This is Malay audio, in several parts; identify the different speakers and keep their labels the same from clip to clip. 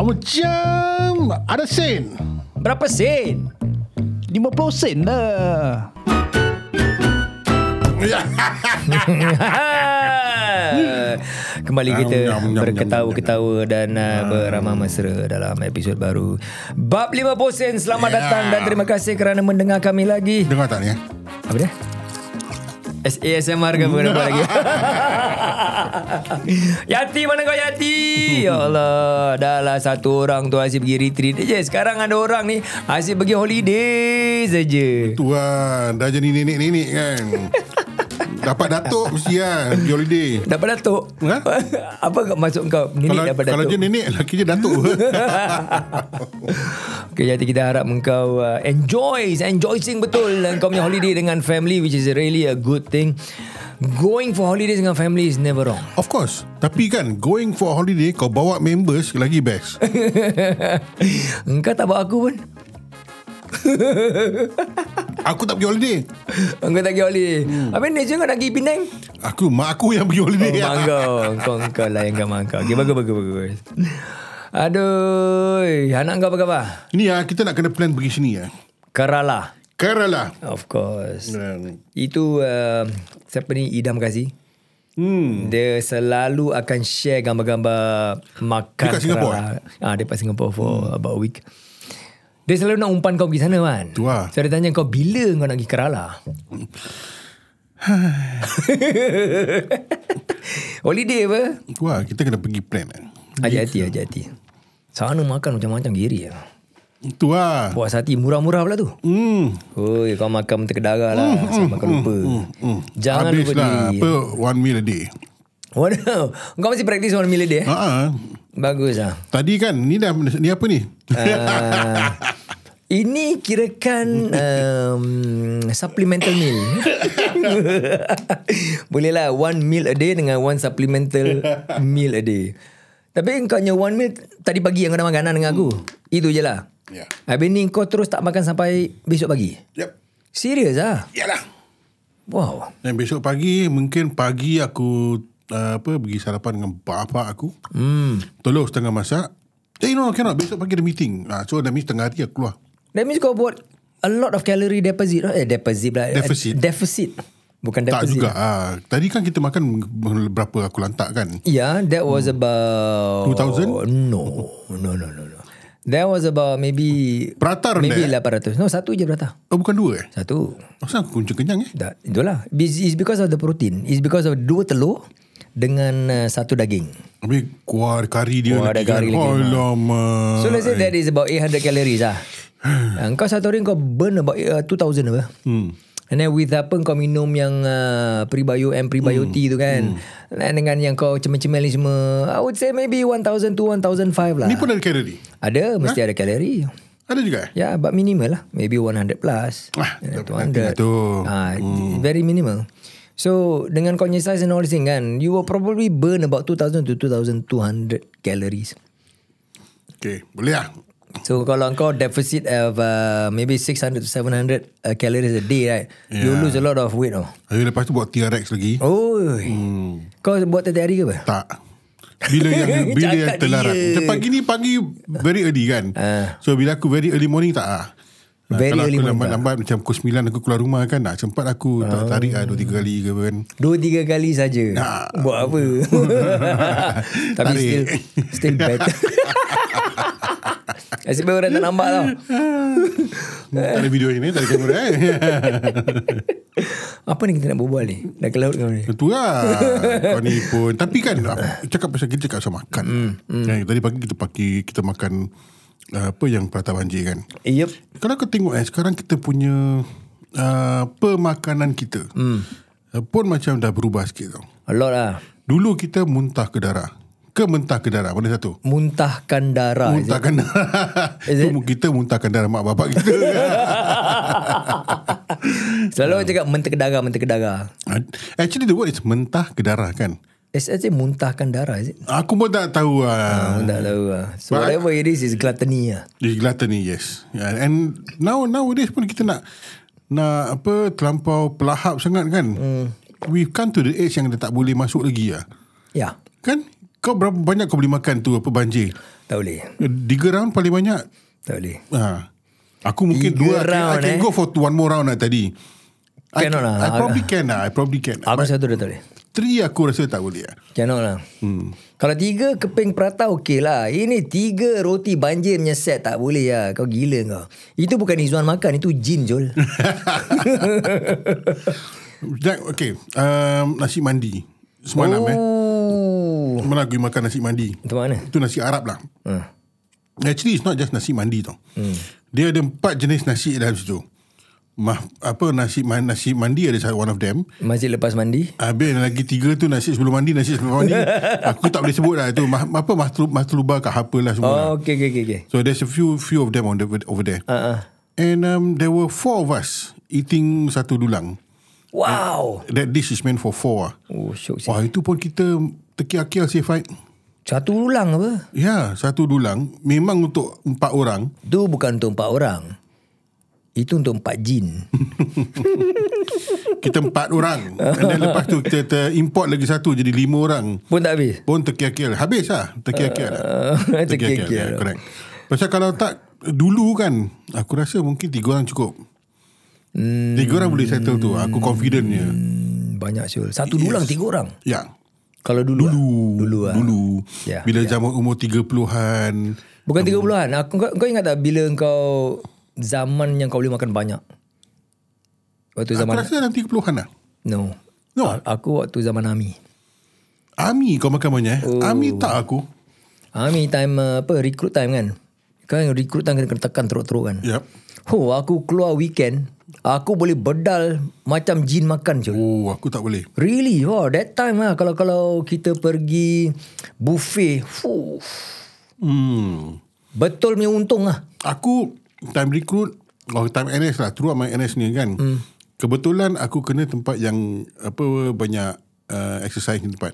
Speaker 1: Macam ada sen.
Speaker 2: Berapa sen? 50 sen lah.
Speaker 1: Ya.
Speaker 2: Kembali kita
Speaker 1: Nyam, nyam, nyam,
Speaker 2: berketawa-ketawa dan uh, beramah mesra dalam episod baru. Bab 50 sen, selamat
Speaker 1: Yeah.
Speaker 2: datang dan terima kasih kerana mendengar kami lagi.
Speaker 1: Dengar tak ni? eh?
Speaker 2: Apa dia? SASMR ke bukan apa lagi Yati mana kau Yati Ya Allah Dah lah satu orang tu Asyik pergi retreat je Sekarang ada orang ni Asyik pergi holiday saja
Speaker 1: Tu lah. Dah jadi nenek-nenek kan. Dapat datuk mesti lah. Pergi holiday.
Speaker 2: Dapat datuk
Speaker 1: Ha?
Speaker 2: Apa kau- maksud kau Nenek
Speaker 1: Kalau,
Speaker 2: dapat
Speaker 1: kalau
Speaker 2: datuk
Speaker 1: dia nenek, lelaki dia datuk.
Speaker 2: Okay, jadi kita harap engkau uh, enjoy, enjoying betul dan kau punya holiday dengan family which is really a good thing. Going for holidays dengan family is never wrong.
Speaker 1: of course. Tapi kan, going for holiday, kau bawa members lagi best.
Speaker 2: engkau tak bawa aku pun.
Speaker 1: Aku tak pergi holiday.
Speaker 2: Engkau tak pergi holiday. Hmm. Habis next year kau nak pergi Penang?
Speaker 1: Aku, mak aku yang pergi holiday.
Speaker 2: Oh, Mak kau. Kau, kau lah yang gamang kau. Okay, bagus, bagus, bagus. Aduh, anak kau apa khabar?
Speaker 1: Ni ah kita nak kena plan pergi sini ah.
Speaker 2: Kerala.
Speaker 1: Kerala.
Speaker 2: Of course.
Speaker 1: Hmm.
Speaker 2: Itu uh, siapa ni Idam Kazi?
Speaker 1: Hmm.
Speaker 2: Dia selalu akan share gambar-gambar makan
Speaker 1: Dekat Singapore, eh?
Speaker 2: Ah, ha, dekat Singapore for hmm. about a week. Dia selalu nak umpan kau pergi sana kan.
Speaker 1: Tu lah.
Speaker 2: So dia tanya kau bila kau nak pergi Kerala? Holiday apa?
Speaker 1: Tu lah, kita kena pergi plan. eh.
Speaker 2: Ajak hati, ajak hati. Sana makan macam-macam giri ya.
Speaker 1: Tu lah.
Speaker 2: Puas hati murah-murah pula tu.
Speaker 1: Hmm.
Speaker 2: Oi, kau makan terkedara lah. Mm, sampai kau lupa. Jangan
Speaker 1: Habis
Speaker 2: lupa
Speaker 1: lah,
Speaker 2: diri.
Speaker 1: apa, one meal a day.
Speaker 2: Waduh, kau masih praktis orang mila dia? Eh?
Speaker 1: Ha ah.
Speaker 2: Bagus lah.
Speaker 1: Tadi kan, ni dah, ni apa ni?
Speaker 2: Ah, ini kirakan um, supplemental meal. Bolehlah one meal a day dengan one supplemental meal a day. Tapi kau punya one meal tadi pagi yang kau dah makan lah dengan aku. Itu je lah.
Speaker 1: Ya.
Speaker 2: Habis ni kau terus tak makan sampai besok pagi.
Speaker 1: Yep.
Speaker 2: Serius lah.
Speaker 1: Yalah.
Speaker 2: Wow.
Speaker 1: Dan besok pagi, mungkin pagi aku uh, apa pergi sarapan dengan bapak aku. Hmm. Tolong setengah masak. Eh no, cannot. Besok pagi ada meeting. Ah, so dah meeting tengah hari aku keluar.
Speaker 2: That means kau buat a lot of calorie deposit. Eh, deposit lah.
Speaker 1: Deficit.
Speaker 2: Deficit. Bukan
Speaker 1: Tak
Speaker 2: deposit.
Speaker 1: juga. Ah, tadi kan kita makan berapa aku lantak kan?
Speaker 2: Yeah, that was about
Speaker 1: 2000?
Speaker 2: No, no, no, no, no. That was about maybe
Speaker 1: Prata
Speaker 2: maybe
Speaker 1: rendah. eh?
Speaker 2: 800. No, satu je berata.
Speaker 1: Oh bukan dua eh?
Speaker 2: Satu.
Speaker 1: Masa aku kunci kenyang eh?
Speaker 2: Dah, itulah. It's it's because of the protein. It's because of dua telur dengan uh, satu daging.
Speaker 1: Habis kuah ada kari dia
Speaker 2: Kuah ada
Speaker 1: kan?
Speaker 2: kari lagi,
Speaker 1: Oh,
Speaker 2: ha.
Speaker 1: Alamak.
Speaker 2: So let's say that is about 800 calories lah. Ah, kau satu hari kau burn about uh, 2000 apa? Hmm. And then with apa kau minum yang uh, prebio and prebioti tu kan. Dan dengan yang kau cemil-cemil ni semua. I would say maybe 1000 to 1005 lah.
Speaker 1: Ni pun ada kalori.
Speaker 2: Ada, mesti ada kalori.
Speaker 1: Ada juga eh?
Speaker 2: Ya, yeah, but minimal lah. Maybe 100 plus.
Speaker 1: Ah, tak penting lah
Speaker 2: 200.
Speaker 1: tu.
Speaker 2: Ah, Very minimal. So, dengan kau punya size and all this thing kan, you will probably burn about 2,000 to 2,200 calories.
Speaker 1: Okay, boleh lah.
Speaker 2: So, kalau kau deficit of uh, maybe 600 to 700 uh, calories a day, right? Yeah. You lose a lot of weight, oh.
Speaker 1: Habis lepas tu buat TRX lagi.
Speaker 2: Oh, hmm. kau buat tiap hari ke apa?
Speaker 1: Tak. Bila yang bila yang
Speaker 2: Cakap
Speaker 1: terlarat.
Speaker 2: dia. Ah.
Speaker 1: Macam pagi ni pagi very early kan. Uh. So bila aku very early morning tak ah. Ah,
Speaker 2: Very
Speaker 1: kalau
Speaker 2: early
Speaker 1: aku
Speaker 2: morning
Speaker 1: lambat-lambat macam pukul 9 aku keluar rumah kan nak sempat aku
Speaker 2: Oh.
Speaker 1: tak tarik ah 2 3 kali ke apa kan.
Speaker 2: Dua tiga kali saja.
Speaker 1: Nah.
Speaker 2: Buat apa? Tapi
Speaker 1: Tarik.
Speaker 2: still still better. Asyik baik orang tak nampak tau.
Speaker 1: tak ada video ini, tak ada kamera eh.
Speaker 2: Apa ni kita nak berbual ni? Dah ke laut kau ni.
Speaker 1: Betul lah. Kau ni pun. Tapi kan aku cakap pasal kita cakap pasal makan.
Speaker 2: Hmm,
Speaker 1: Mm, mm. Tadi pagi kita pagi kita makan ah, apa yang prata banjir kan.
Speaker 2: Yep.
Speaker 1: Kalau kau tengok eh Sekarang kita punya uh, Pemakanan kita hmm. uh, Pun macam dah berubah sikit tau
Speaker 2: A lot lah.
Speaker 1: Dulu kita muntah ke darah Ke mentah ke darah Mana satu
Speaker 2: Muntahkan darah. Ah, is it?
Speaker 1: Muntahkan darah
Speaker 2: Is it?
Speaker 1: Tu kita muntahkan darah Mak bapak kita
Speaker 2: Selalu
Speaker 1: Ah.
Speaker 2: orang cakap mentah darah, mentah darah.
Speaker 1: Actually the word is Mentah ke darah kan
Speaker 2: It's actually muntahkan darah is it?
Speaker 1: Aku pun tak tahu uh,
Speaker 2: Aku tak tahu lah. So whatever it is, is gluttony lah.
Speaker 1: It's gluttony yes Yeah, And now nowadays pun kita nak Nak apa Terlampau ya. pelahap sangat kan hmm. We've come to the age Yang dah tak boleh masuk lagi lah
Speaker 2: Ya.
Speaker 1: Kan Kau berapa banyak kau boleh makan tu apa banjir?
Speaker 2: Tak boleh.
Speaker 1: Tiga round paling banyak.
Speaker 2: Tak boleh.
Speaker 1: Ha. Aku mungkin
Speaker 2: Tiga
Speaker 1: dua. I can- I
Speaker 2: round,
Speaker 1: can
Speaker 2: eh.
Speaker 1: go for one more round lah tadi. I,
Speaker 2: Cannot lah.
Speaker 1: I probably can lah. I probably can.
Speaker 2: Aku satu dah tak boleh.
Speaker 1: Three aku rasa tak boleh lah.
Speaker 2: Cannot lah. Hmm. Kalau tiga keping prata okey lah. Ini tiga roti banjir punya set tak boleh lah. Kau gila kau. Itu bukan Izzuan makan. Itu jin Jol.
Speaker 1: Jack, okay. Um, nasi mandi. Semalam eh.
Speaker 2: oh.
Speaker 1: Semalam aku pergi makan nasi mandi.
Speaker 2: Itu mana?
Speaker 1: Itu nasi Arab lah.
Speaker 2: Hmm.
Speaker 1: Actually it's not just nasi mandi tau. Hmm. Dia ada empat jenis nasi dalam situ. Mah, apa nasi ma- nasi mandi ada satu- one of them.
Speaker 2: Masjid lepas mandi.
Speaker 1: Habis ada lagi tiga tu nasi sebelum mandi, nasi sebelum mandi. aku tak boleh sebut lah itu. Mah, apa matlub, matluba kat apa lah semua. Oh.
Speaker 2: Oh, okey, okey, okey. okey.
Speaker 1: So there's a few few of them on the, over there. Uh.
Speaker 2: Uh-uh.
Speaker 1: And um, there were four of us eating satu dulang.
Speaker 2: Wow.
Speaker 1: That dish is meant for four lah.
Speaker 2: Oh, syok.
Speaker 1: Wah itu pun kita terkial-kial sih Faik.
Speaker 2: Satu ulang apa?
Speaker 1: Ya, satu dulang memang untuk empat orang.
Speaker 2: Itu bukan untuk empat orang. Itu untuk empat jin.
Speaker 1: Kita empat orang. And then lepas tu kita terimport lagi satu jadi lima orang.
Speaker 2: Pun tak habis.
Speaker 1: Pun terkial-kial. Habis lah. Terkial-kial lah. Terkial-kial.
Speaker 2: Uh, Terkikir.
Speaker 1: Yeah, correct. Pasal kalau tak, dulu kan, aku rasa mungkin tiga orang cukup. Tiga orang boleh settle tu. Aku confidentnya.
Speaker 2: Hmm, banyak syul. Satu dulang tiga orang.
Speaker 1: Ya.
Speaker 2: Kalau dulu. Dulu. Lah. Dulu lah.
Speaker 1: Dulu.
Speaker 2: Ya,
Speaker 1: Bila zaman umur tiga puluhan.
Speaker 2: Bukan tiga puluhan. Aku, kau, kau ingat tak bila kau zaman yang kau boleh makan banyak? Waktu
Speaker 1: Aku
Speaker 2: zaman...
Speaker 1: rasa dalam tiga puluhan lah.
Speaker 2: No.
Speaker 1: No.
Speaker 2: A- Aku waktu zaman Ami.
Speaker 1: Ami kau makan banyak eh.
Speaker 2: Oh.
Speaker 1: Ami tak aku.
Speaker 2: Ami time uh, apa, recruit time kan? Kan recruit time kena, kena tekan teruk-teruk kan?
Speaker 1: Yep.
Speaker 2: Oh, aku keluar weekend. Aku boleh bedal macam jin makan je.
Speaker 1: Oh, aku tak boleh.
Speaker 2: Really? Wah, that time lah. Kalau kalau kita pergi buffet. Fuh,
Speaker 1: Hmm.
Speaker 2: betul punya untung lah.
Speaker 1: Aku time recruit or time NS lah throughout my NS ni kan hmm. kebetulan aku kena tempat yang apa banyak uh, exercise ni tempat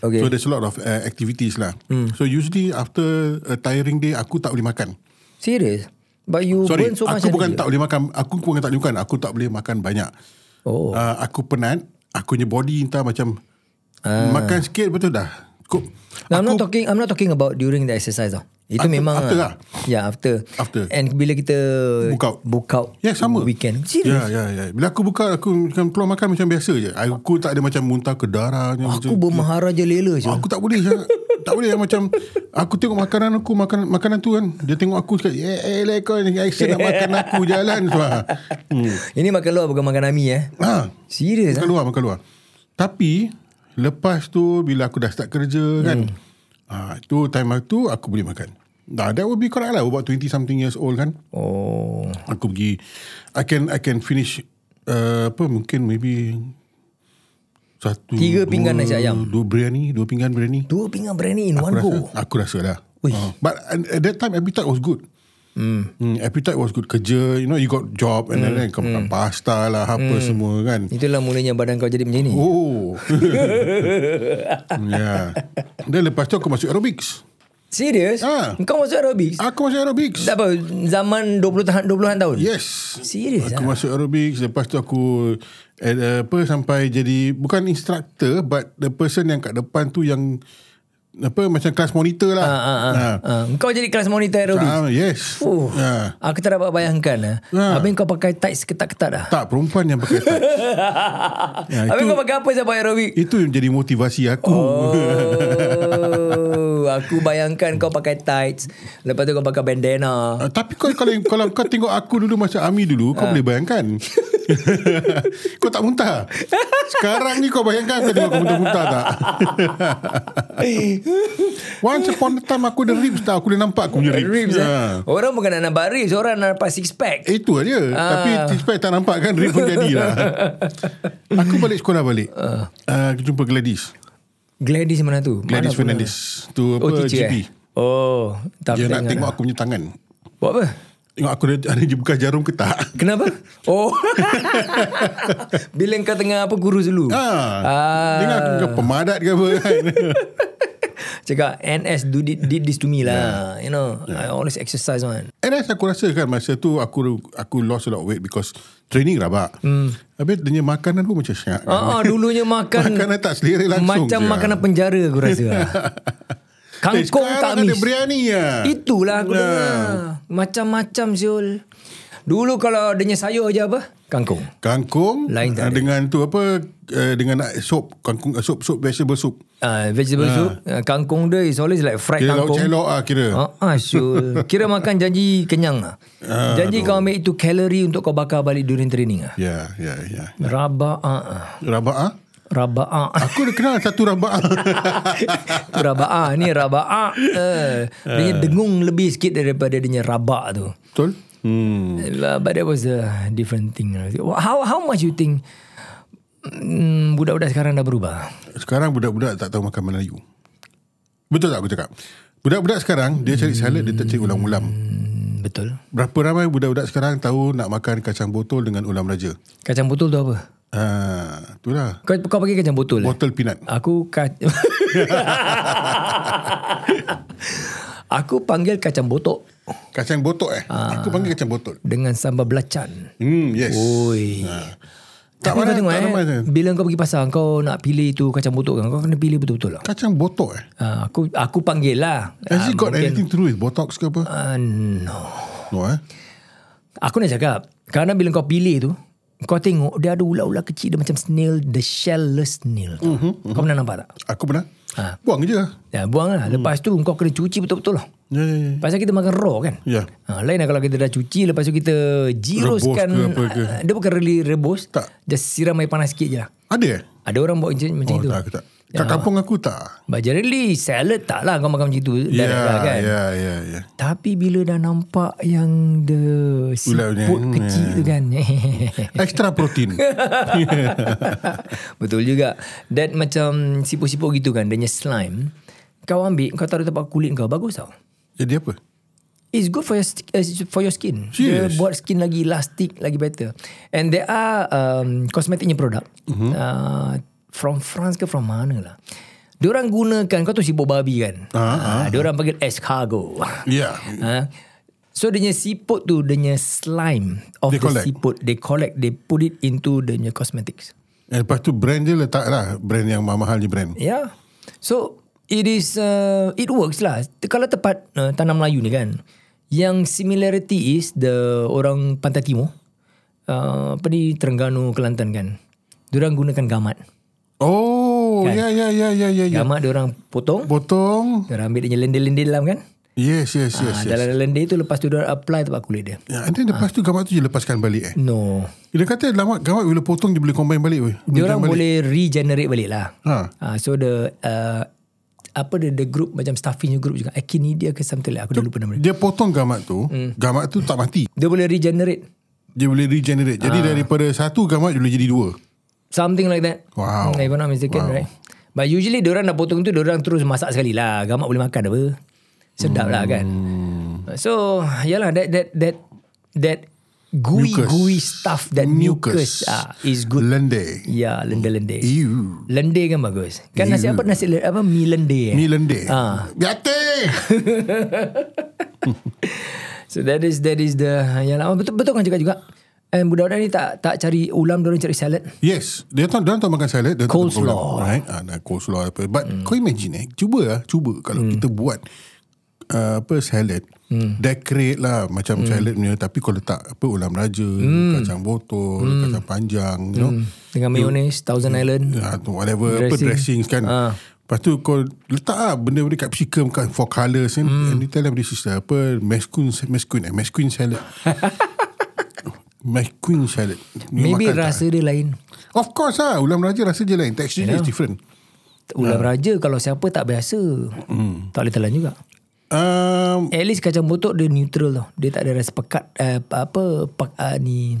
Speaker 2: Okay.
Speaker 1: so there's a lot of uh, activities lah hmm. so usually after a tiring day aku tak boleh makan
Speaker 2: Serious? But you
Speaker 1: sorry
Speaker 2: Oh, burn so much
Speaker 1: aku bukan
Speaker 2: energy.
Speaker 1: tak boleh makan aku bukan tak boleh makan aku tak boleh makan banyak
Speaker 2: Oh.
Speaker 1: uh, aku penat aku punya body entah macam
Speaker 2: Ah.
Speaker 1: makan sikit betul dah cukup
Speaker 2: No, I'm not talking I'm not talking about during the exercise tau. Itu
Speaker 1: After-
Speaker 2: memang
Speaker 1: after lah.
Speaker 2: Yeah, after.
Speaker 1: After.
Speaker 2: And bila kita
Speaker 1: Book out.
Speaker 2: Book out.
Speaker 1: Ya yeah, sama
Speaker 2: Weekend.
Speaker 1: Ya
Speaker 2: Serious.
Speaker 1: ya ya Bila aku buka Aku macam keluar makan Macam biasa je Aku tak ada macam Muntah ke darah macam-
Speaker 2: Aku bermaharaja lela je.
Speaker 1: Aku tak boleh Syah. Tak boleh macam Aku tengok makanan aku Makanan makanan tu kan Dia tengok aku cakap Eh eh lah kau ni Action nak makan aku Jalan semua hmm.
Speaker 2: Ini makan luar bukan makan ami eh.
Speaker 1: ha.
Speaker 2: Serius
Speaker 1: Makan
Speaker 2: ah.
Speaker 1: luar Makan luar Tapi Lepas tu Bila aku dah start kerja
Speaker 2: Hmm.
Speaker 1: kan ha, Tu time tu Aku boleh makan Nah, that would be correct lah About 20 something years old kan
Speaker 2: Oh.
Speaker 1: Aku pergi I can I can finish uh, Apa mungkin maybe Satu
Speaker 2: Tiga pinggan
Speaker 1: dua-
Speaker 2: nasi ayam. Oh.
Speaker 1: Dua biryani Dua pinggan biryani
Speaker 2: Dua pinggan berani
Speaker 1: Aku
Speaker 2: in one
Speaker 1: rasa
Speaker 2: go.
Speaker 1: Aku rasa lah
Speaker 2: Ui.
Speaker 1: uh, But at, at that time Appetite was good
Speaker 2: Hmm.
Speaker 1: Mm. Mm, appetite was good Kerja You know you got job And then, then kau makan
Speaker 2: Hmm.
Speaker 1: pasta lah Apa semua kan
Speaker 2: Itulah mulanya badan kau jadi macam ni.
Speaker 1: Oh yeah. Then lepas tu aku masuk aerobics
Speaker 2: Serius?
Speaker 1: Ah.
Speaker 2: Kau masuk aerobics?
Speaker 1: Aku masuk aerobics
Speaker 2: Tak apa, zaman 20 tahan, 20-an tahun?
Speaker 1: Yes
Speaker 2: Serius
Speaker 1: Aku
Speaker 2: lah?
Speaker 1: masuk aerobics Lepas tu aku at, uh, Apa sampai jadi Bukan instructor But the person yang kat depan tu Yang Apa Macam kelas monitor lah
Speaker 2: Ah, ah, ah. Ah, Kau jadi kelas monitor aerobics?
Speaker 1: Ah, Yes
Speaker 2: Fuh,
Speaker 1: Ah.
Speaker 2: Aku tak dapat bayangkan lah.
Speaker 1: Ah.
Speaker 2: Habis kau pakai tights ketat-ketat lah.
Speaker 1: Tak perempuan yang pakai tak Ya,
Speaker 2: Habis
Speaker 1: itu-
Speaker 2: kau pakai apa sebab aerobik?
Speaker 1: Itu yang jadi motivasi aku
Speaker 2: Oh, aku bayangkan kau pakai tights. Lepas tu kau pakai bandana.
Speaker 1: Ah, Tapi kau kalau, kalau kau tengok aku dulu Masa Ami dulu
Speaker 2: Ah.
Speaker 1: Kau boleh bayangkan Kau tak muntah Sekarang ni kau bayangkan Kau tengok aku muntah-muntah tak Once upon a time Aku ada ribs tau Aku boleh nampak aku punya ribs,
Speaker 2: Ribs
Speaker 1: Ah.
Speaker 2: eh. Orang bukan nak nampak ribs. Orang nak nampak six pack.
Speaker 1: Itu aja ah. Tapi Tispai tak nampak kan Rib pun jadi lah Aku balik sekolah balik uh.
Speaker 2: Ah.
Speaker 1: Uh, Jumpa Gladys
Speaker 2: Gladys mana tu? Mana
Speaker 1: Gladys
Speaker 2: pula?
Speaker 1: Fernandez Tu apa
Speaker 2: Oh, teacher
Speaker 1: GP
Speaker 2: eh? Oh, tak
Speaker 1: Dia nak
Speaker 2: tak ingat
Speaker 1: tengok
Speaker 2: lah.
Speaker 1: aku punya tangan
Speaker 2: Buat apa?
Speaker 1: Tengok aku ada, ada je bekas jarum ke tak
Speaker 2: Kenapa? Oh. Bila Ah. kau tengah apa kurus dulu?
Speaker 1: Ah. Ha. Ah. Tengok aku ke pemadat ke apa kan
Speaker 2: Cakap NS do, did, did this to me lah You know I always exercise man
Speaker 1: And as aku rasa kan masa tu aku aku lost a lot of weight because training rabak. Hmm. Habis dia punya makanan pun macam syak.
Speaker 2: Ah, ah, dulunya makan
Speaker 1: Makanan tak selera langsung
Speaker 2: Macam
Speaker 1: je.
Speaker 2: makanan penjara aku rasa lah.
Speaker 1: Eh,
Speaker 2: Kangkung
Speaker 1: sekarang
Speaker 2: tak
Speaker 1: ada
Speaker 2: miss
Speaker 1: biryani ya.
Speaker 2: Itulah aku dengar Macam-macam Syul Dulu kalau adanya sayur je apa Kangkung
Speaker 1: Kangkung
Speaker 2: Lain tak
Speaker 1: ah, dengan tu apa eh, dengan ah, soup kangkung ah, soup soup vegetable soup.
Speaker 2: uh, Vegetable soup uh, Kangkung dia is always like fried
Speaker 1: Ah. Kira lauk
Speaker 2: Eh, kangkung
Speaker 1: celok ah kira.
Speaker 2: Ah, ah, Syul Kira makan janji kenyang lah
Speaker 1: Ah,
Speaker 2: Janji kau ambil itu kalori Untuk kau bakar balik during training lah
Speaker 1: Ya, ya, ya.
Speaker 2: Rabak ah.
Speaker 1: Rabak ah.
Speaker 2: Rabak ah.
Speaker 1: Aku dah kenal satu rabak ah.
Speaker 2: Itu rabak ah. Ni rabak ah. Uh, dia
Speaker 1: Ah.
Speaker 2: punya dengung lebih sikit daripada dia punya rabak tu
Speaker 1: Betul? Hmm.
Speaker 2: Uh, But that was a different thing. lah. How how much you think mm, budak-budak sekarang dah berubah?
Speaker 1: Sekarang budak-budak tak tahu makan Melayu. Betul tak aku cakap? Budak-budak sekarang dia cari salad dia tak cari ulam-ulam.
Speaker 2: Hmm, betul.
Speaker 1: Berapa ramai budak-budak sekarang tahu nak makan kacang botol dengan ulam raja?
Speaker 2: Kacang botol tu apa?
Speaker 1: Ah, itulah.
Speaker 2: Kau kau pakai kacang botol. eh?
Speaker 1: Botol peanut.
Speaker 2: Aku kac Aku panggil kacang botok
Speaker 1: Kacang botok eh.
Speaker 2: Ah.
Speaker 1: Aku panggil kacang botol.
Speaker 2: dengan sambal belacan.
Speaker 1: Hmm, yes.
Speaker 2: Oh. Oi.
Speaker 1: Tak
Speaker 2: Tapi
Speaker 1: marah,
Speaker 2: kau tengok
Speaker 1: tak
Speaker 2: eh,
Speaker 1: ramai sangat.
Speaker 2: bila kau pergi pasar kau nak pilih tu kacang botok kan, kau kena pilih betul-betul lah.
Speaker 1: Kacang botok eh.
Speaker 2: Ah, aku aku panggil lah.
Speaker 1: Has
Speaker 2: Ah,
Speaker 1: it got
Speaker 2: mungkin-
Speaker 1: anything to do with botox ke apa?
Speaker 2: Ah, no.
Speaker 1: No eh.
Speaker 2: Aku nak cakap Kerana bila kau pilih tu Kau tengok Dia ada ular-ular kecil Dia macam snail The shellless snail tau.
Speaker 1: Mhm,
Speaker 2: Kau pernah nampak tak?
Speaker 1: Aku pernah.
Speaker 2: Ha.
Speaker 1: Buang je.
Speaker 2: Ya, buang lah
Speaker 1: Mhm.
Speaker 2: Lepas tu kau kena cuci betul-betul lah
Speaker 1: Ya, ya, ya.
Speaker 2: Pasal kita makan raw kan
Speaker 1: Ya.
Speaker 2: ha, Lain lah kalau kita dah cuci Lepas tu kita jiruskan
Speaker 1: Rebus ke apa ke?
Speaker 2: Ah, Dia bukan really rebus
Speaker 1: Tak.
Speaker 2: Just siram air panas sikit je lah
Speaker 1: Ada eh?
Speaker 2: Ada orang buat macam, macam
Speaker 1: Oh,
Speaker 2: Ya. itu
Speaker 1: tak, aku tak. Kat kampung aku tak.
Speaker 2: But generally salad tak lah Kau makan macam itu
Speaker 1: Ya,
Speaker 2: lah, kan
Speaker 1: ya, ya, ya.
Speaker 2: Tapi bila dah nampak yang the
Speaker 1: Ular punya,
Speaker 2: siput kecil
Speaker 1: hmm.
Speaker 2: tu kan.
Speaker 1: Extra protein.
Speaker 2: Betul juga. That macam siput-siput gitu kan. Dia punya slime. Kau ambil, kau taruh tempat kulit kau. Bagus tau.
Speaker 1: Jadi apa?
Speaker 2: It's good for your sti- uh, for your skin.
Speaker 1: Serious?
Speaker 2: Dia buat skin lagi elastic, lagi better. And there are um, cosmeticnya produk. Mm-hmm.
Speaker 1: Mhm.
Speaker 2: Uh, from France ke from mana lah. Diorang gunakan, kau tu siput babi kan? Ah, diorang panggil escargot.
Speaker 1: Ya.
Speaker 2: Ha? So dia punya siput tu Dia punya slime Of
Speaker 1: They
Speaker 2: the
Speaker 1: collect.
Speaker 2: siput They collect They put it into Dia punya cosmetics
Speaker 1: Eh, Lepas tu brand je letak lah. Brand yang mahal je brand.
Speaker 2: Yeah Ya. So It is uh, It works lah Te- Kalau tepat uh, Tanam Melayu ni kan Yang similarity is The orang Pantai Timur uh, Apa ni Terengganu Kelantan kan Diorang gunakan gamat
Speaker 1: Oh,
Speaker 2: Kan?
Speaker 1: ya, ya, ya, ya, ya. ya.
Speaker 2: Gamat diorang potong
Speaker 1: Potong.
Speaker 2: Diorang ambil dia punya lendir-lendir dalam kan
Speaker 1: Yes, yes, yes.
Speaker 2: yes. Dalam lendir tu Lepas tu diorang apply tempat kulit dia
Speaker 1: Ya, and then lepas tu gambar tu je lepaskan balik eh.
Speaker 2: No
Speaker 1: Dia kata gambar, gambar bila potong dia boleh combine balik. weh.
Speaker 2: Dia orang boleh regenerate balik lah.
Speaker 1: Ha.
Speaker 2: Uh, so the uh, apa the, the group macam staffing group juga Akinidia ke something like aku dah lupa nama dia.
Speaker 1: Dia potong gambar tu,
Speaker 2: Hmm.
Speaker 1: gambar tu tak mati.
Speaker 2: Dia boleh regenerate
Speaker 1: Dia boleh regenerate. Jadi
Speaker 2: Ah.
Speaker 1: daripada satu gambar dia boleh jadi dua.
Speaker 2: something like that.
Speaker 1: Wow.
Speaker 2: Hmm, If I'm not mistaken, wow. right? But usually diorang dah potong tu diorang terus masak sekali lah. Gamak boleh makan apa. Sedap lah kan.
Speaker 1: Hmm.
Speaker 2: So, yalah that that that that gooey
Speaker 1: Mucus.
Speaker 2: gooey stuff that mucus, ah, is good.
Speaker 1: Lende.
Speaker 2: Ya, yeah, lendir-lendir.
Speaker 1: Ew.
Speaker 2: Lendir kan bagus. Kan nasi apa nasi le- apa mi lendir. Eh?
Speaker 1: Ni lende.
Speaker 2: Ah.
Speaker 1: Biate.
Speaker 2: So that is that is the yang lama betul betul kan cakap juga. And budak-budak ni tak tak cari ulam, dia cari salad.
Speaker 1: Yes, dia tahu dia tahu makan salad, dia tahu
Speaker 2: Coleslaw. Hmm.
Speaker 1: makan, right? Ah, nah, coleslaw apa. But mm. kau imagine eh, cuba lah, cuba kalau mm. kita buat uh, apa salad,
Speaker 2: Hmm.
Speaker 1: mm. decorate lah macam mm. salad punya tapi kau letak apa ulam raja,
Speaker 2: Hmm.
Speaker 1: mm. kacang botol, mm. kacang panjang, you know. Mm.
Speaker 2: Dengan mayonnaise, Thousand Island.
Speaker 1: Uh, whatever dressing. apa
Speaker 2: Dressing.
Speaker 1: dressings kan.
Speaker 2: Ah.
Speaker 1: Lepas tu kau letak lah benda-benda capsicum kan for colours kan. Mm.
Speaker 2: Hmm.
Speaker 1: And you tell them this is uh, apa masculine masculine eh, masculine salad. masculine salad. You
Speaker 2: Maybe
Speaker 1: makan tak?
Speaker 2: rasa dia lain.
Speaker 1: Of course lah Ulam Raja rasa je lain Texture yeah. is different
Speaker 2: Ulam
Speaker 1: Ah.
Speaker 2: raja kalau siapa tak biasa.
Speaker 1: Hmm.
Speaker 2: Tak boleh telan juga.
Speaker 1: um,
Speaker 2: At least kacang botok dia neutral tau. Dia tak ada rasa pekat eh, apa pak, ah, ni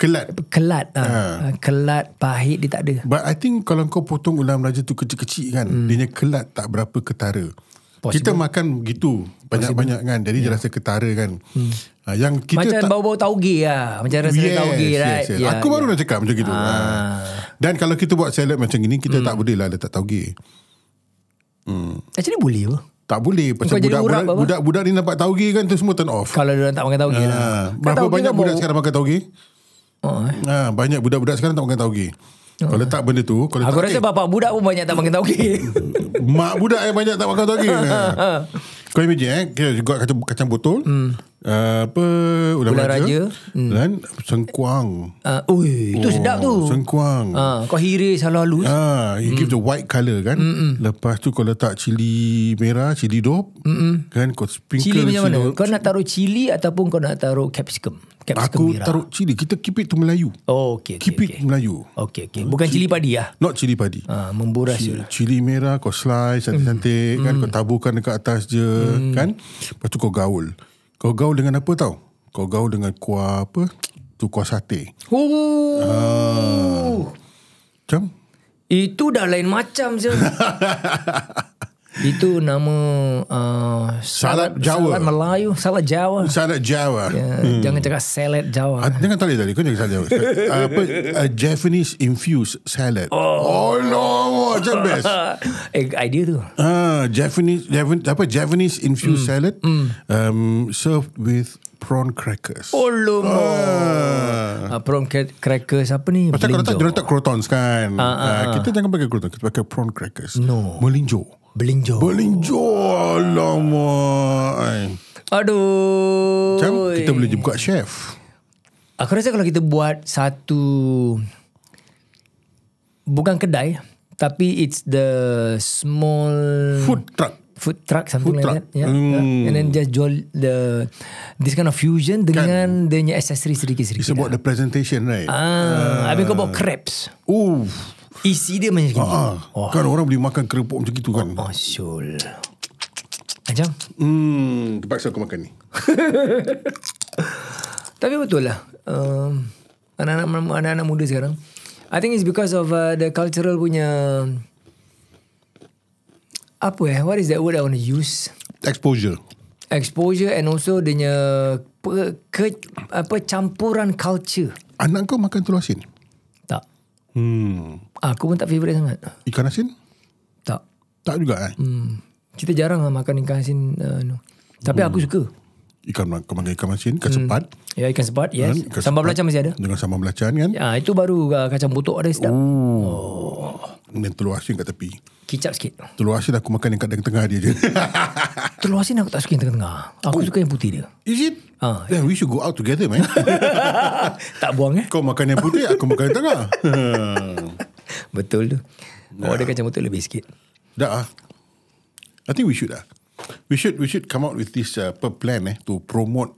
Speaker 1: Kelat
Speaker 2: kelat ah. Ah, Kelat pahit dia tak ada.
Speaker 1: But I think Kalau kau potong ulam raja tu Kecil-kecil kan
Speaker 2: Hmm.
Speaker 1: mm. Dia punya kelat tak berapa ketara Possible. Kita makan begitu Banyak-banyak kan Jadi dia rasa ketara kan mm. uh, Yang kita
Speaker 2: Hmm. Macam
Speaker 1: tak
Speaker 2: bau-bau tauge lah. Macam rasa yes, tauge right.
Speaker 1: yes.
Speaker 2: Ya,
Speaker 1: Aku
Speaker 2: ya. Ah.
Speaker 1: baru nak cakap macam Ah. gitu ah. Dan kalau kita buat salad macam gini Kita tak boleh lah letak tauge
Speaker 2: Hmm. Actually boleh apa?
Speaker 1: Tak boleh pasal
Speaker 2: Kau jadi
Speaker 1: budak-budak
Speaker 2: urap apa?
Speaker 1: budak-budak ni nampak tauge kan tu semua turn off.
Speaker 2: Kalau dia orang tak makan tauge lah.
Speaker 1: Ha,
Speaker 2: Kau
Speaker 1: berapa
Speaker 2: tauge
Speaker 1: banyak
Speaker 2: kan
Speaker 1: budak
Speaker 2: bau-
Speaker 1: sekarang makan tauge?
Speaker 2: Oh, eh.
Speaker 1: Ha, banyak budak-budak sekarang tak makan tauge. Kalau letak benda tu, kalau
Speaker 2: Aku rasa
Speaker 1: letak,
Speaker 2: bapak budak pun banyak tak makan tauge.
Speaker 1: eh, mak budak eh banyak tak makan tauge. ha. Kau imagine eh, kita juga kacang, kacang botol, hmm. uh, apa ulam,
Speaker 2: Ulam
Speaker 1: raja,
Speaker 2: raja,
Speaker 1: dan sengkuang.
Speaker 2: Ah, ui,
Speaker 1: Oh,
Speaker 2: itu sedap tu.
Speaker 1: Sengkuang.
Speaker 2: Ah, kau hiris halus.
Speaker 1: Ah, you give the white colour kan. Mm-mm. Lepas tu kau letak cili merah, cili dop. Mm-mm. Kan kau sprinkle
Speaker 2: Cili macam mana?
Speaker 1: dop.
Speaker 2: Kau nak taruh cili ataupun kau nak taruh capsicum? Capsicum
Speaker 1: Aku
Speaker 2: merah.
Speaker 1: taruh cili. Kita keep it to Melayu.
Speaker 2: Oh, okay, okay.
Speaker 1: Keep it
Speaker 2: Okay.
Speaker 1: Melayu.
Speaker 2: okay, okay. Bukan cili padi lah.
Speaker 1: Not cili padi.
Speaker 2: Ah, memburas je
Speaker 1: Cili,
Speaker 2: lah. Mm.
Speaker 1: cili merah kau slice cantik-cantik kan. Kau taburkan dekat atas je kan. Lepas tu kau gaul. Kau gaul dengan apa tau? Kau gaul dengan kuah apa? Tu kuah sate.
Speaker 2: Oh,
Speaker 1: Ah. Macam?
Speaker 2: Itu dah lain macam je. Itu nama uh,
Speaker 1: Salad Jawa. Hmm.
Speaker 2: Salad Melayu, salad Jawa.
Speaker 1: Salad Jawa. Yeah.
Speaker 2: Uh, Jangan cakap salad Jawa.
Speaker 1: Ah, jangan tali tadi. Kau jangan tali. apa, a Japanese infused salad. Oh, oh no. Macam best.
Speaker 2: eh, idea tu.
Speaker 1: Ah, Japanese, Javan, apa, Japanese
Speaker 2: Mm.
Speaker 1: infused salad Um, served with prawn crackers.
Speaker 2: Oh, lomo.
Speaker 1: Ah.
Speaker 2: Uh, prawn cra- crackers apa ni?
Speaker 1: Macam kalau tak, dia
Speaker 2: Belinjo.
Speaker 1: letak croutons kan.
Speaker 2: Ah, ah,
Speaker 1: Ah, kita jangan pakai croutons. Kita pakai prawn crackers.
Speaker 2: No.
Speaker 1: Melinjo.
Speaker 2: Belinjo.
Speaker 1: Melinjo. Alamak. Ay.
Speaker 2: Aduh.
Speaker 1: Macam kita boleh je buka chef.
Speaker 2: Aku rasa kalau kita buat satu bukan kedai tapi it's the small
Speaker 1: Food truck.
Speaker 2: food truck something
Speaker 1: Food
Speaker 2: like
Speaker 1: truck. Hmm.
Speaker 2: that yeah. Mm. and then just jual the this kind of
Speaker 1: Kan.
Speaker 2: fusion dengan dia punya accessory
Speaker 1: It's
Speaker 2: sedikit-sedikit.
Speaker 1: about the presentation, right?
Speaker 2: Ah, habis kau buat crepes.
Speaker 1: Oh,
Speaker 2: Isi dia macam gini.
Speaker 1: ah.
Speaker 2: Wah,
Speaker 1: kan orang boleh makan kerupuk macam gitu kan.
Speaker 2: oh, syul. Macam
Speaker 1: Hmm, terpaksa aku makan ni.
Speaker 2: Tapi betul lah um, anak-anak, anak-anak muda sekarang I think it's because of uh, The cultural punya Apa eh What is that word I want to use
Speaker 1: Exposure.
Speaker 2: Exposure and also Dia punya pe- ke- Apa Campuran culture
Speaker 1: Anak kau makan telur asin?
Speaker 2: Tak
Speaker 1: Hmm.
Speaker 2: Aku pun tak favourite sangat
Speaker 1: Ikan asin?
Speaker 2: Tak
Speaker 1: Tak juga eh.
Speaker 2: hmm. Kita jarang lah makan ikan asin uh, no. Tapi aku suka
Speaker 1: Ikan kau makan ikan asin, ikan sepat.
Speaker 2: Ya ikan sepat yes.
Speaker 1: Kan, ikan sepat.
Speaker 2: Sambal belacan masih ada
Speaker 1: Dengan sambal belacan kan.
Speaker 2: Ya, itu baru uh, kacang botok ada sedap.
Speaker 1: Dan telur asin kat tepi.
Speaker 2: Kicap sikit.
Speaker 1: Telur asin aku makan yang kat tengah-tengah dia je.
Speaker 2: Telur asin aku tak suka yang tengah-tengah. Aku oh. suka yang putih dia.
Speaker 1: Is it?
Speaker 2: Ah.
Speaker 1: Then we should go out together man.
Speaker 2: tak buang eh.
Speaker 1: kau makan yang putih, aku makan yang tengah.
Speaker 2: Betul tu. Nah. Oh, ada kacang betul lebih sikit.
Speaker 1: Dah ah. I think we should ah. We should we should come out with this uh, per plan eh to promote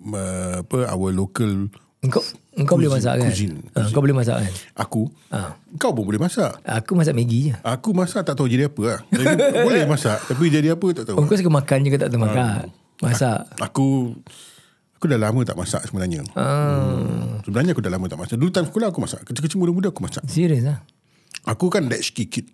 Speaker 1: uh, apa our local
Speaker 2: Engkau engkau boleh
Speaker 1: Cuisine,
Speaker 2: masak kan?
Speaker 1: cuisine,
Speaker 2: Ah, engkau boleh masak kan?
Speaker 1: aku.
Speaker 2: Ah.
Speaker 1: Kau pun boleh masak.
Speaker 2: Aku masak Maggi je.
Speaker 1: Aku masak tak tahu jadi apa lah. Jadi, boleh masak tapi jadi apa tak tahu.
Speaker 2: Oh, kau suka makan je ke tak tahu makan? Masak.
Speaker 1: Aku aku dah lama tak masak sebenarnya. Hmm. Sebenarnya aku dah lama tak masak. Dulu time sekolah aku masak. Kecil-kecil muda-muda aku masak.
Speaker 2: Serius lah.
Speaker 1: Aku kan latchkey kid.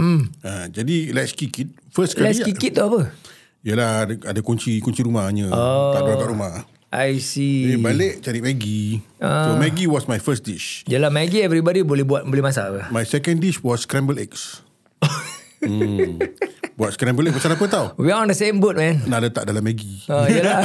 Speaker 1: Hmm. Ha, jadi latchkey kid first kali
Speaker 2: Let's kick it tu apa?
Speaker 1: Yalah ada, ada kunci kunci rumahnya. Oh. Tak ada orang kat rumah.
Speaker 2: I
Speaker 1: Jadi
Speaker 2: see.
Speaker 1: balik cari Maggie.
Speaker 2: Ah.
Speaker 1: So Maggie was my first dish.
Speaker 2: Yalah Maggi everybody boleh buat boleh masak apa?
Speaker 1: My second dish was scrambled eggs. hmm. Buat scrambled eggs pasal apa tau?
Speaker 2: We are on the same boat man.
Speaker 1: Nak letak dalam Maggie.
Speaker 2: Ah, yalah.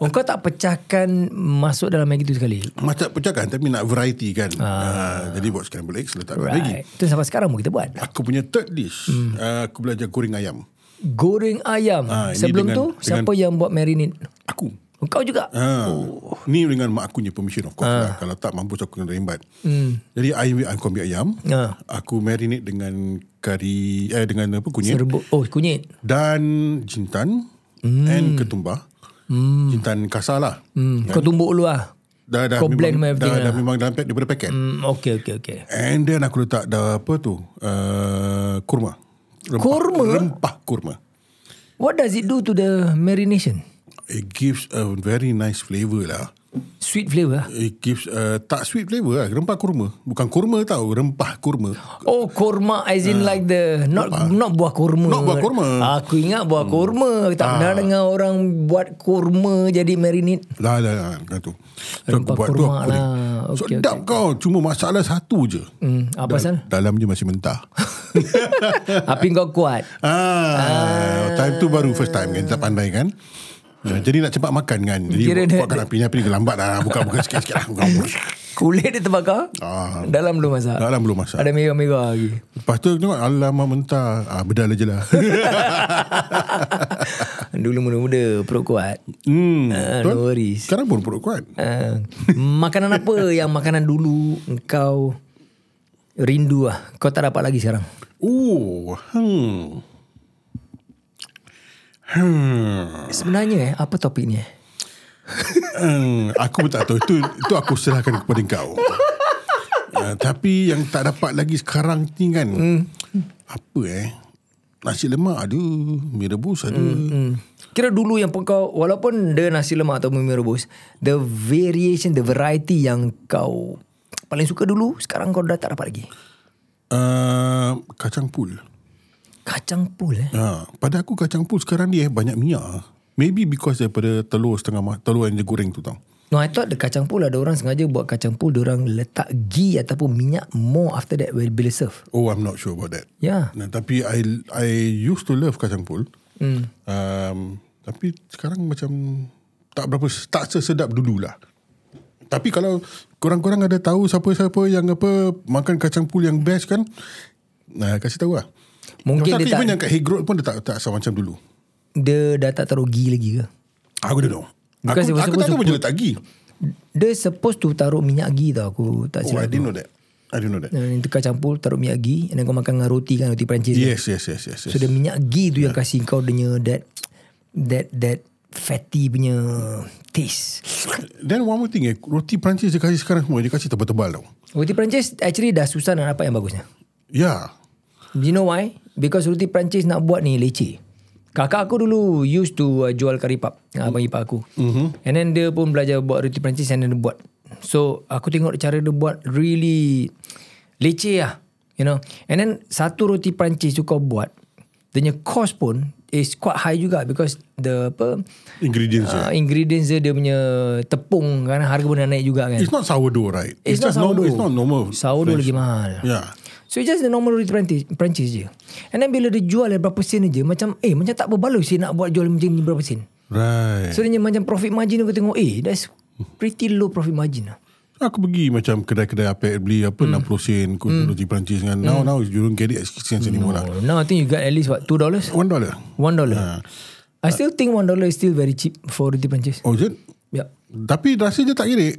Speaker 2: oh, kau tak pecahkan masuk dalam Maggi tu sekali.
Speaker 1: Macam pecah kan tapi nak variety kan. Ah. jadi buat scrambled eggs letak dalam Maggie.
Speaker 2: Right. Hmm. Itu sampai sekarang pun kita buat.
Speaker 1: Aku punya third dish uh, Aku belajar goreng ayam
Speaker 2: Goreng ayam.
Speaker 1: Ah, ini
Speaker 2: Sebelum
Speaker 1: dengan-
Speaker 2: tu siapa yang buat marinade?
Speaker 1: Aku
Speaker 2: Kau juga.
Speaker 1: ha. oh. Ni dengan mak aku punya permission of course
Speaker 2: Ah.
Speaker 1: lah. Kalau tak mampu aku kena rembat hmm. Jadi ayam aku ambil ayam
Speaker 2: Ah.
Speaker 1: Aku marinate dengan kari eh, Dengan apa kunyit
Speaker 2: Serbuk. Oh, kunyit.
Speaker 1: Dan jintan hmm. And ketumbar hmm. Jintan kasar lah
Speaker 2: Hmm. Kau tumbuk dulu lah.
Speaker 1: Dah, dah,
Speaker 2: Kau blend
Speaker 1: memang,
Speaker 2: memang everything
Speaker 1: dah,
Speaker 2: lah.
Speaker 1: dah memang dalam pack daripada paket
Speaker 2: Hmm, okay, okay, okay.
Speaker 1: And then aku letak dah apa tu uh, Kurma Rempah,
Speaker 2: Kurma?
Speaker 1: Rempah kurma
Speaker 2: What does it do to the marination?
Speaker 1: It gives a very nice flavour lah
Speaker 2: Sweet flavour lah.
Speaker 1: It gives uh, tak sweet flavour lah. Rempah kurma. Bukan kurma tau. Rempah kurma.
Speaker 2: Oh kurma as in like the not not buah
Speaker 1: Ah.
Speaker 2: kurma.
Speaker 1: Not buah kurma. Hmm. Ah.
Speaker 2: Aku ingat buah kurma. Aku tak pernah dengar orang buat kurma jadi marinade.
Speaker 1: Lah lah lah. Kan tu. So,
Speaker 2: Rempah kurma lah.
Speaker 1: Okay,
Speaker 2: Okey,
Speaker 1: Sedap okay. kau. Cuma masalah satu je.
Speaker 2: Hmm, apa pasal?
Speaker 1: Dalam je masih mentah.
Speaker 2: Api kau kuat.
Speaker 1: ah, Time tu baru first time kan. Tak pandai kan. Ah, jadi nak cepat makan kan. Jadi Kira
Speaker 2: Kira dia-
Speaker 1: kuatkan apinya. Api dia lambat lah. Buka-buka sikit-sikit lah. Buka.
Speaker 2: Kulit dia terbakar.
Speaker 1: Ah.
Speaker 2: Dalam belum masak.
Speaker 1: Dalam belum masak.
Speaker 2: Ada merah-merah lagi.
Speaker 1: Lepas tu tengok Alamak mentah ah, Bedal je lah
Speaker 2: Dulu muda-muda perut kuat.
Speaker 1: hmm,
Speaker 2: Ah,
Speaker 1: betul?
Speaker 2: no worries.
Speaker 1: Sekarang pun perut kuat
Speaker 2: Ah, makanan apa yang makanan dulu kau rindu lah. Kau tak dapat lagi sekarang.
Speaker 1: Oh hmm. Hmm.
Speaker 2: Sebenarnya eh, apa topiknya?
Speaker 1: hmm. Aku pun tak tahu Itu, itu aku serahkan kepada kau uh, Tapi yang tak dapat lagi sekarang ni kan hmm. Apa eh Nasi lemak ada Mie rebus ada hmm.
Speaker 2: Hmm. Kira dulu yang kau walaupun dia nasi lemak atau mie rebus, the variation, the variety yang kau paling suka dulu, sekarang kau dah tak dapat lagi.
Speaker 1: Uh, Kacang pul
Speaker 2: Kacang pul eh.
Speaker 1: ha, Pada aku kacang pul sekarang ni eh Banyak minyak Maybe because daripada telur setengah ma- Telur yang dia goreng tu tau
Speaker 2: No, I thought the kacang pul ada orang sengaja buat kacang pul, orang letak ghee ataupun minyak more after that when bila serve. Ya.
Speaker 1: Oh, I'm not sure about that.
Speaker 2: Yeah.
Speaker 1: Nah, tapi I I used to love kacang pul.
Speaker 2: Hmm.
Speaker 1: Mm. Um, tapi sekarang macam tak berapa tak sesedap dulu lah. Tapi kalau korang-korang ada tahu siapa-siapa yang apa makan kacang pul yang best kan, nah kasih tahu lah.
Speaker 2: Mungkin
Speaker 1: Pasal
Speaker 2: dia
Speaker 1: aku
Speaker 2: tak-
Speaker 1: even yang kat Higrod pun dia tak tak asam macam dulu.
Speaker 2: Dia dah tak taruh ghee lagi ke?
Speaker 1: Aku don't know. Aku,
Speaker 2: Because it was
Speaker 1: aku tak
Speaker 2: supposed
Speaker 1: tahu
Speaker 2: to
Speaker 1: macam letak ghee.
Speaker 2: Dia supposed to taruh minyak ghee tau aku tak
Speaker 1: Oh, I
Speaker 2: silap. Eh,
Speaker 1: didn't know that. I didn't know that.
Speaker 2: Dan itu kacang pul taruh minyak ghee and then kau makan dengan roti kan roti Perancis. kan?
Speaker 1: Yes, yes, yes, yes. yes.
Speaker 2: So the minyak ghee tu yang kasih kau punya that that that fatty punya taste.
Speaker 1: Then one more thing, eh, roti Perancis dia kasih sekarang semua, dia kasih tebal-tebal tau.
Speaker 2: Roti Perancis actually dah susah nak dapat yang bagusnya.
Speaker 1: Yeah.
Speaker 2: You know why? Because roti Perancis nak buat ni leceh. Kakak aku dulu used to uh, jual curry pub. Mm. Abang ipar aku. Mm-hmm. And then dia pun belajar buat roti Perancis and then dia buat. So aku tengok cara dia buat really leceh lah. You know. And then satu roti Perancis tu kau buat. Dia punya cost pun is quite high juga because the apa
Speaker 1: Ingredients
Speaker 2: uh, ingredients dia dia punya tepung kan harga pun dah naik juga kan.
Speaker 1: It's not sourdough, right?
Speaker 2: It's not
Speaker 1: just normal.
Speaker 2: sourdough.
Speaker 1: It's not normal.
Speaker 2: Sourdough
Speaker 1: French.
Speaker 2: lagi mahal.
Speaker 1: Yeah.
Speaker 2: So it's just the normal roti Perancis, Perancis je. And then bila dia jual yang berapa sen je, macam eh macam tak berbaloi sih nak buat jual macam ni berapa sen.
Speaker 1: Right.
Speaker 2: So dia punya macam profit margin aku tengok eh that's pretty low profit margin lah.
Speaker 1: Aku pergi macam kedai-kedai apa beli apa
Speaker 2: Hmm.
Speaker 1: mm. 60 sen kot mm. roti Perancis dengan now now you don't get it at 60 sen anymore lah.
Speaker 2: Oh, now I think you got at least what, $2? $1?
Speaker 1: One dollar. Ah.
Speaker 2: Uh, I still think $1 is still very cheap for roti Perancis.
Speaker 1: Oh je.
Speaker 2: Yeah.
Speaker 1: Tapi rasa je tak kira.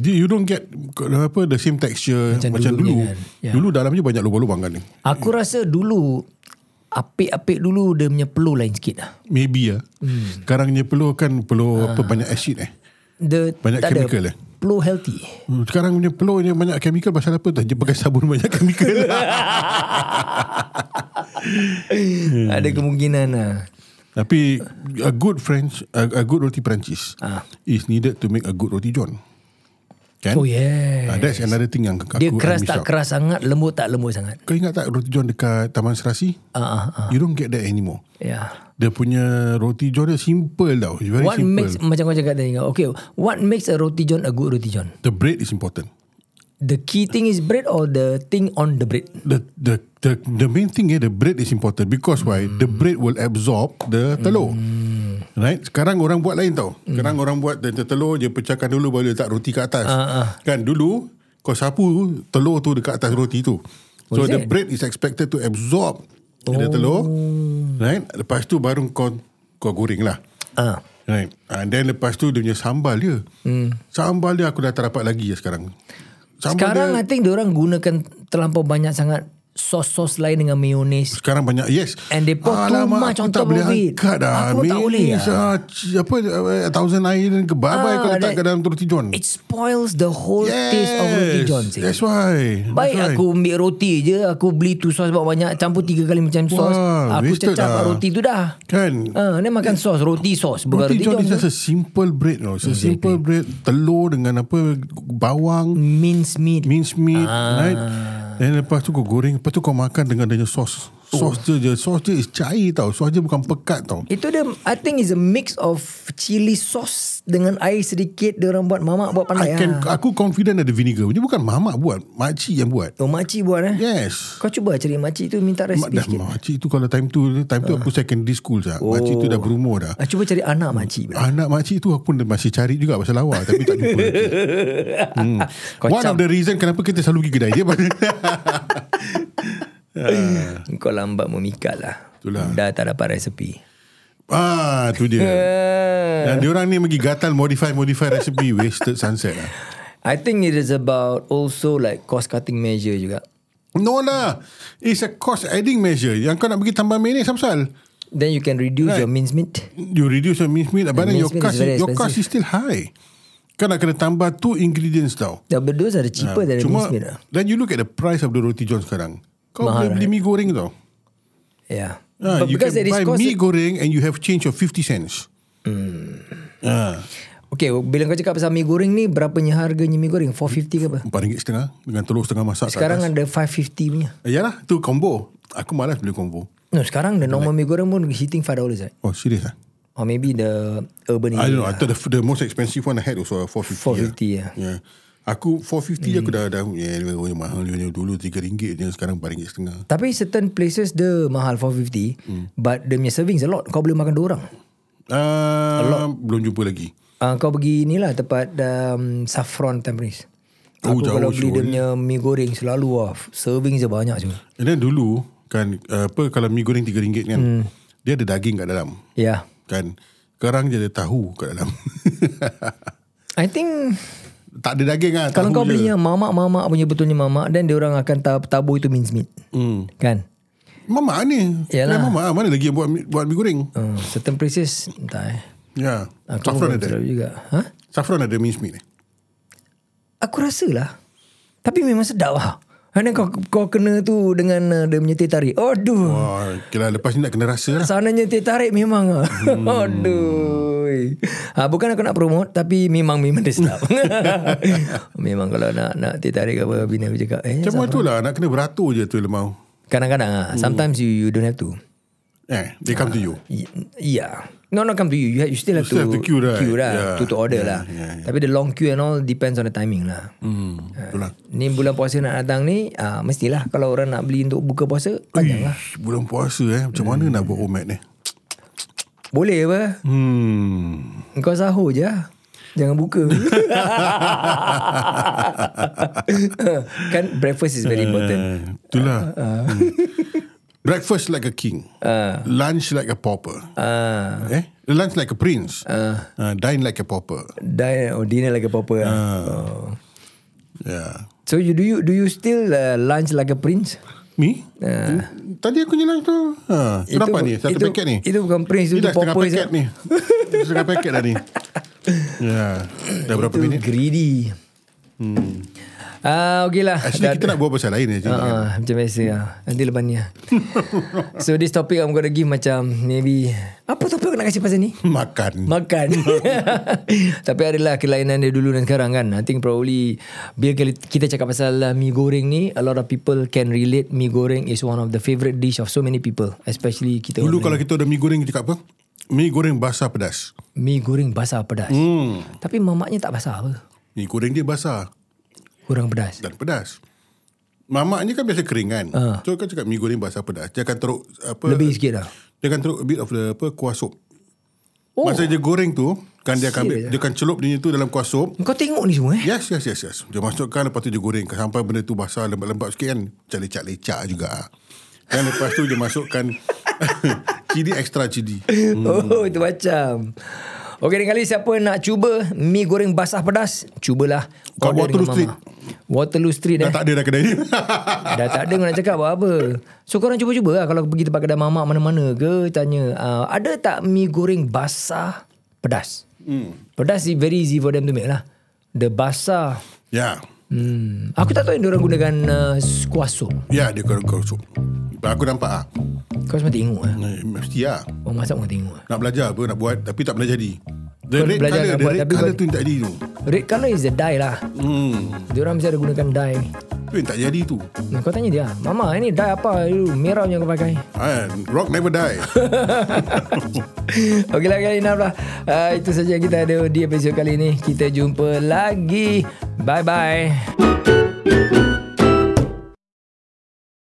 Speaker 1: You don't get apa the same texture macam,
Speaker 2: Macam
Speaker 1: macam
Speaker 2: dulu
Speaker 1: dulu. Dulu,
Speaker 2: punya kan.
Speaker 1: kan?
Speaker 2: Ya.
Speaker 1: dulu dalamnya banyak lubang-lubang kan ni.
Speaker 2: Aku rasa dulu, apik-apik dulu dia punya peluh lain sikit lah.
Speaker 1: Maybe ya.
Speaker 2: Hmm.
Speaker 1: Mm. Sekarangnya peluh kan peluh
Speaker 2: Ah.
Speaker 1: apa banyak acid eh.
Speaker 2: Dia
Speaker 1: Banyak
Speaker 2: tak
Speaker 1: chemical
Speaker 2: ada,
Speaker 1: eh?
Speaker 2: Peluh healthy.
Speaker 1: Hmm, Sekarang punya peluh ni banyak chemical pasal apa? Tak je pakai sabun banyak chemical.
Speaker 2: Ada kemungkinan lah.
Speaker 1: Tapi a good French, a, a good roti Perancis ah.
Speaker 2: Ah.
Speaker 1: is needed to make a good roti John. Kan?
Speaker 2: Oh yeah.
Speaker 1: Ah, that's another thing yang aku
Speaker 2: Dia
Speaker 1: I
Speaker 2: keras
Speaker 1: miss
Speaker 2: tak
Speaker 1: out.
Speaker 2: keras sangat, lembut tak lembut sangat.
Speaker 1: Kau ingat tak roti John dekat Taman Serasi?
Speaker 2: Ah ah ah.
Speaker 1: You don't get that anymore.
Speaker 2: Yeah.
Speaker 1: Dia punya roti John dia simple tau. It's very
Speaker 2: What
Speaker 1: simple.
Speaker 2: makes macam kau cakap tadi kau. Okay, what makes a roti john a good roti john?
Speaker 1: The bread is important.
Speaker 2: The key thing is bread or the thing on the bread?
Speaker 1: The the the the main thing eh, the bread is important because why? The bread will absorb the telur. Right? Sekarang orang buat lain tau. Sekarang orang buat the, the telur je pecahkan dulu baru letak roti kat atas. Kan dulu kau sapu telur tu dekat atas roti tu. So
Speaker 2: is
Speaker 1: the
Speaker 2: it?
Speaker 1: bread is expected to absorb the telur. Right? Lepas tu baru kau kau goreng lah.
Speaker 2: Ah.
Speaker 1: Right. And then lepas tu dia punya sambal dia. Hmm. Sambal dia aku dah tak dapat lagi ya sekarang. Sambal
Speaker 2: Sekarang I think orang gunakan terlampau banyak sangat sos-sos lain dengan mayonnaise.
Speaker 1: Sekarang banyak yes.
Speaker 2: And they pour too
Speaker 1: aku
Speaker 2: much on
Speaker 1: tak
Speaker 2: top
Speaker 1: boleh
Speaker 2: of it.
Speaker 1: angkat dah.
Speaker 2: Aku tak boleh
Speaker 1: Mayonnaise, ah, c- apa uh, Thousand Island ke babai
Speaker 2: Ah,
Speaker 1: kau letak
Speaker 2: that-
Speaker 1: kat dalam roti john.
Speaker 2: It spoils the whole taste of roti john. Sih.
Speaker 1: That's why.
Speaker 2: Baik
Speaker 1: That's why.
Speaker 2: aku ambil roti je Aku beli tu sos banyak-banyak Campur tiga kali macam sos
Speaker 1: Wah,
Speaker 2: Aku
Speaker 1: wasted
Speaker 2: cecah
Speaker 1: dah.
Speaker 2: kat roti tu dah
Speaker 1: Kan
Speaker 2: Ha, ni makan sos, roti sos, bukan
Speaker 1: Roti
Speaker 2: roti,
Speaker 1: John is
Speaker 2: john. Mm,
Speaker 1: just a simple bread no. It's a simple bread Telur dengan apa Bawang
Speaker 2: Mince meat.
Speaker 1: Minced meat
Speaker 2: Ah.
Speaker 1: Right Then lepas tu kau goreng Lepas tu kau makan dengan adanya sos
Speaker 2: Oh.
Speaker 1: Sos dia je Sos dia is cair tau Sos dia bukan pekat tau
Speaker 2: Itu dia I think is a mix of chili sauce dengan air sedikit dia orang buat mamak
Speaker 1: I
Speaker 2: buat pandai.
Speaker 1: can,
Speaker 2: ah.
Speaker 1: Aku confident ada vinegar Dia bukan mamak buat Makcik yang buat
Speaker 2: Oh makcik buat eh.
Speaker 1: Yes
Speaker 2: Kau cuba cari makcik tu minta
Speaker 1: Mak
Speaker 2: resipi
Speaker 1: dah
Speaker 2: sikit.
Speaker 1: makcik tu kalau time tu Time tu aku secondary school sah. Oh. Makcik tu dah berumur dah
Speaker 2: Ah, cuba cari anak makcik. bro.
Speaker 1: Anak makcik tu aku pun masih cari juga pasal lawa Tapi tak jumpa hmm.
Speaker 2: Kau
Speaker 1: One of
Speaker 2: cap,
Speaker 1: the reason kenapa kita selalu pergi kedai dia
Speaker 2: kau lambat memikat lah.
Speaker 1: Itulah.
Speaker 2: Dah tak dapat resepi.
Speaker 1: Ah, tu dia.
Speaker 2: Eh,
Speaker 1: Dan diorang ni pergi gatal modify-modify recipe wasted sunset lah.
Speaker 2: I think it is about also like cost cutting measure juga.
Speaker 1: No lah. It's a cost adding measure. Yang kau nak pergi tambah mayonnaise samsal.
Speaker 2: Then you can reduce your mince meat.
Speaker 1: You reduce your mince meat but then your
Speaker 2: Mince meat is
Speaker 1: cost
Speaker 2: very
Speaker 1: your cost is still high. Kau nak kena tambah two ingredients tau.
Speaker 2: Yeah, but those are the cheaper than the
Speaker 1: Cuma
Speaker 2: mince meat. ah.
Speaker 1: then you look at the price of the roti john sekarang. Kau boleh beli mie goreng tau.
Speaker 2: Yeah.
Speaker 1: Ah,
Speaker 2: but
Speaker 1: you can
Speaker 2: because it Hmm. is
Speaker 1: buy
Speaker 2: cost
Speaker 1: mie goreng and you have change of 50 cents. Ah,
Speaker 2: Okay, bila kau cakap pasal mi goreng ni, berapanya harganya mi goreng? 450 ke apa?
Speaker 1: RM4.5 dengan telur setengah masak. kat
Speaker 2: Sekarang
Speaker 1: atas. Eh,
Speaker 2: ada 550 punya.
Speaker 1: Yalah, tu combo. Aku malas beli combo.
Speaker 2: No, sekarang the normal mi goreng pun hitting $5 right?
Speaker 1: Oh, serious ah?
Speaker 2: Or maybe the urban
Speaker 1: I
Speaker 2: area.
Speaker 1: don't know. I thought the, the most expensive one I had was uh, 450.
Speaker 2: 450 ya.
Speaker 1: Yeah. yeah. Aku 450 hmm. aku dah dah yeah, oh, mahal ni dulu RM3 je sekarang RM4.5.
Speaker 2: Tapi certain places dia mahal 450
Speaker 1: Hmm.
Speaker 2: but dia punya servings a lot. Kau boleh makan dua orang.
Speaker 1: Uh, belum jumpa lagi.
Speaker 2: Uh, kau pergi ni lah tempat um, Saffron Tampines.
Speaker 1: Oh,
Speaker 2: Aku
Speaker 1: jauh
Speaker 2: kalau beli
Speaker 1: siul.
Speaker 2: dia punya mi goreng selalu lah. Serving dia banyak je.
Speaker 1: And then dulu kan uh, apa kalau mi goreng RM3 kan. Hmm. Dia ada daging kat dalam.
Speaker 2: Yeah.
Speaker 1: Kan. Sekarang dia ada tahu kat dalam.
Speaker 2: I think
Speaker 1: tak ada daging ah.
Speaker 2: kalau
Speaker 1: tahu
Speaker 2: kau
Speaker 1: je.
Speaker 2: beli yang mamak-mamak punya betulnya mamak then dia orang akan tab- tabur itu mince meat.
Speaker 1: Hmm.
Speaker 2: Kan?
Speaker 1: Mamak ni.
Speaker 2: Yalah.
Speaker 1: Yalah. Mamak mana lagi yang buat mi- buat mi goreng.
Speaker 2: Uh, certain places entah eh.
Speaker 1: Ya. Yeah.
Speaker 2: Aku
Speaker 1: Saffron
Speaker 2: pun
Speaker 1: ada.
Speaker 2: terlalu juga. Ha?
Speaker 1: Saffron ada minced meat ni.
Speaker 2: Aku rasa lah. Tapi memang sedap lah. Hanya kau, kau kena tu dengan uh, dia punya teh tarik. Aduh.
Speaker 1: Wah, kira lepas ni nak kena rasa lah.
Speaker 2: Sananya teh tarik memang lah.
Speaker 1: Hmm.
Speaker 2: Aduh. Ha, bukan aku nak promote tapi memang memang dia sedap. memang kalau nak nak teh tarik ke apa bina aku cakap. Eh,
Speaker 1: Macam mana tu lah Nak kena beratur je tu lemau
Speaker 2: kadang-kadang lah.
Speaker 1: Hmm.
Speaker 2: Sometimes you, you don't have to.
Speaker 1: Eh They come to you
Speaker 2: Y- Yeah. No, not come to you. You, have, you still have
Speaker 1: You still
Speaker 2: to,
Speaker 1: have to queue, right?
Speaker 2: queue lah.
Speaker 1: Yeah.
Speaker 2: To, to order
Speaker 1: Yeah,
Speaker 2: lah.
Speaker 1: yeah,
Speaker 2: Tapi the long queue and all depends on the timing lah.
Speaker 1: hmm, Itulah
Speaker 2: Ni bulan puasa nak datang ni ah, Mestilah Kalau orang nak beli untuk buka puasa Panjang lah
Speaker 1: Ish, Bulan puasa eh Macam mana
Speaker 2: Hmm.
Speaker 1: nak buat omat ni
Speaker 2: Boleh apa
Speaker 1: Hmm
Speaker 2: Kau sahur je lah. Jangan buka Kan breakfast is very important Ah,
Speaker 1: Eh, Itulah Hmm. Breakfast like a king Lunch like a pauper
Speaker 2: Ah,
Speaker 1: Eh Lunch like a prince Ah, Dine like a pauper
Speaker 2: Dine or dinner like a pauper lah.
Speaker 1: Ah.
Speaker 2: oh.
Speaker 1: Yeah
Speaker 2: So you do you do you still uh, lunch like a prince?
Speaker 1: Me? Tadi aku nyelang tu ha, Itu dapat ni Satu
Speaker 2: Ah. itu,
Speaker 1: paket ni
Speaker 2: Itu bukan prince
Speaker 1: Ni
Speaker 2: Itu,
Speaker 1: dah
Speaker 2: itu
Speaker 1: setengah
Speaker 2: pauper
Speaker 1: paket ni Setengah paket dah ni Ya Dah berapa
Speaker 2: Itu
Speaker 1: minit Hmm.
Speaker 2: greedy Ah, okay lah
Speaker 1: Actually kita nak buat pasal lain je
Speaker 2: Ah, ah, macam biasa lah. Nanti lepas ni lah. so this topic I'm gonna give macam maybe apa topik aku nak kasi pasal ni?
Speaker 1: Makan
Speaker 2: Makan Tapi adalah kelainan dia dulu dan sekarang kan I think probably Bila kali- kita cakap pasal uh, mi goreng ni A lot of people can relate Mi goreng is one of the favourite dish of so many people Especially kita
Speaker 1: Dulu kalau kita ada mi goreng Kita cakap apa Mi goreng basah pedas
Speaker 2: Mi goreng basah pedas
Speaker 1: hmm.
Speaker 2: Tapi mamaknya tak basah apa
Speaker 1: Mi goreng dia basah
Speaker 2: Kurang pedas
Speaker 1: Dan pedas Mamak ni kan biasa kering kan uh. So kan cakap mi goreng basah pedas Dia akan teruk apa,
Speaker 2: Ah. Lebih sikit lah
Speaker 1: Dia akan teruk a bit of the apa, kuah sup
Speaker 2: Oh. ya.
Speaker 1: oh. Masa dia goreng tu Kan dia akan,
Speaker 2: Serious
Speaker 1: ambil, dia akan celup dia tu dalam kuah sup
Speaker 2: Kau tengok ni semua eh
Speaker 1: Yes, yes, yes, yes. Dia masukkan lepas tu dia goreng sampai benda tu basah lembab-lembab sikit kan. Macam lecak-lecak juga. Dan lepas tu dia masukkan cili extra cili.
Speaker 2: Oh itu macam Okey, lain kali siapa nak cuba mi goreng basah pedas, cubalah.
Speaker 1: Kat
Speaker 2: Order
Speaker 1: Waterloo
Speaker 2: dengan Mama. Waterloo Street eh.
Speaker 1: Dah tak ada dah kedai dia.
Speaker 2: Dah tak ada nak cakap apa-apa. So korang cuba-cuba lah kalau pergi tempat kedai mamak mana-mana ke tanya uh, ada tak mi goreng basah pedas? Hmm. Pedas is very easy for them to make lah. The basah.
Speaker 1: ya.
Speaker 2: Hmm. Aku tak tahu yang diorang gunakan uh, squash soup.
Speaker 1: Ya, dia kau kau sup. Aku nampak ah.
Speaker 2: Kau semua tengok lah.
Speaker 1: Eh, Mesti lah.
Speaker 2: Orang masak pun tengok lah.
Speaker 1: Nak belajar apa nak buat tapi tak pernah jadi. The
Speaker 2: Kau
Speaker 1: red
Speaker 2: belajar
Speaker 1: colour, the
Speaker 2: nak buat,
Speaker 1: red
Speaker 2: tapi
Speaker 1: colour
Speaker 2: kau-
Speaker 1: tu yang tak jadi tu.
Speaker 2: Red colour is the dye lah.
Speaker 1: Hmm.
Speaker 2: Diorang mesti ada gunakan dye.
Speaker 1: Tu yang tak jadi tu.
Speaker 2: Hmm, Kau tanya dia, Mama ini dye apa? Aduh, merah punya kau pakai.
Speaker 1: Ah, rock never die.
Speaker 2: Okeylah kali ini lah. Uh, itu saja yang kita ada di episod kali ini. Kita jumpa lagi. Bye-bye.